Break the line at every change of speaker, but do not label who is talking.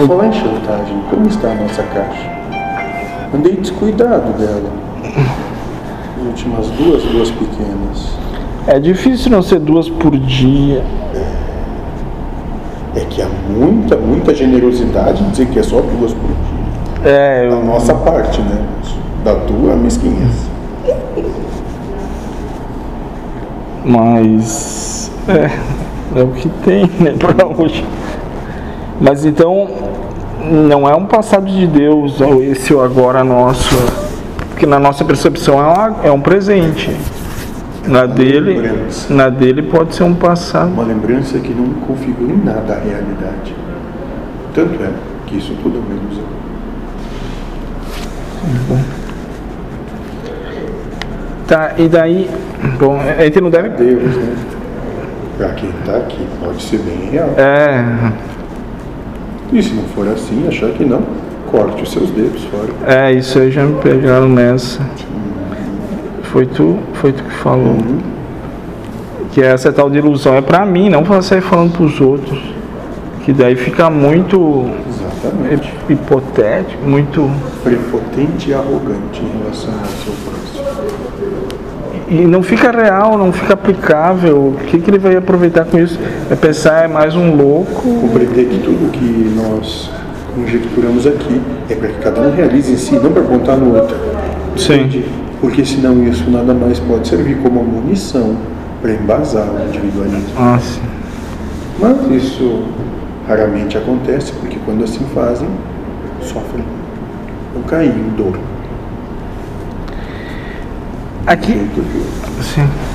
Avalanche Otávio, como está a nossa caixa? Andei descuidado dela. As últimas duas, duas pequenas.
É difícil não ser duas por dia.
É que há muita, muita generosidade em dizer que é só duas por dia.
É,
Da
eu,
nossa parte, né? Da tua, mesquinhez.
mas é, é o que tem né, para hoje. Mas então não é um passado de Deus ou esse ou agora nosso, porque na nossa percepção é, uma- é um presente. Na dele,
lembrança.
na dele pode ser um passado.
Uma lembrança que não configura em nada a realidade. Tanto é que isso tudo é uma ilusão.
Tá, e daí, bom, a gente não deve
Deus, né? Pra quem tá aqui, pode ser bem real.
É,
E se não for assim, achar que não, corte os seus dedos fora.
é, isso aí já me pegaram nessa. Foi tu, foi tu que falou. Que essa tal de ilusão é pra mim, não pra sair falando pros outros. Que daí fica muito
Exatamente.
hip- hipotético, muito.
Prepotente e arrogante em relação ao seu próximo.
E não fica real, não fica aplicável. O que, que ele vai aproveitar com isso? É pensar, é mais um louco.
Compreender que tudo que nós conjecturamos aqui é para que cada um realize em si, não para contar no outro.
Sim.
Porque senão isso nada mais pode servir como uma munição para embasar o individualismo.
Nossa.
Mas isso raramente acontece, porque quando assim fazem, sofrem. Eu caí em dor.
Aqui.
Muito dor.
Sim.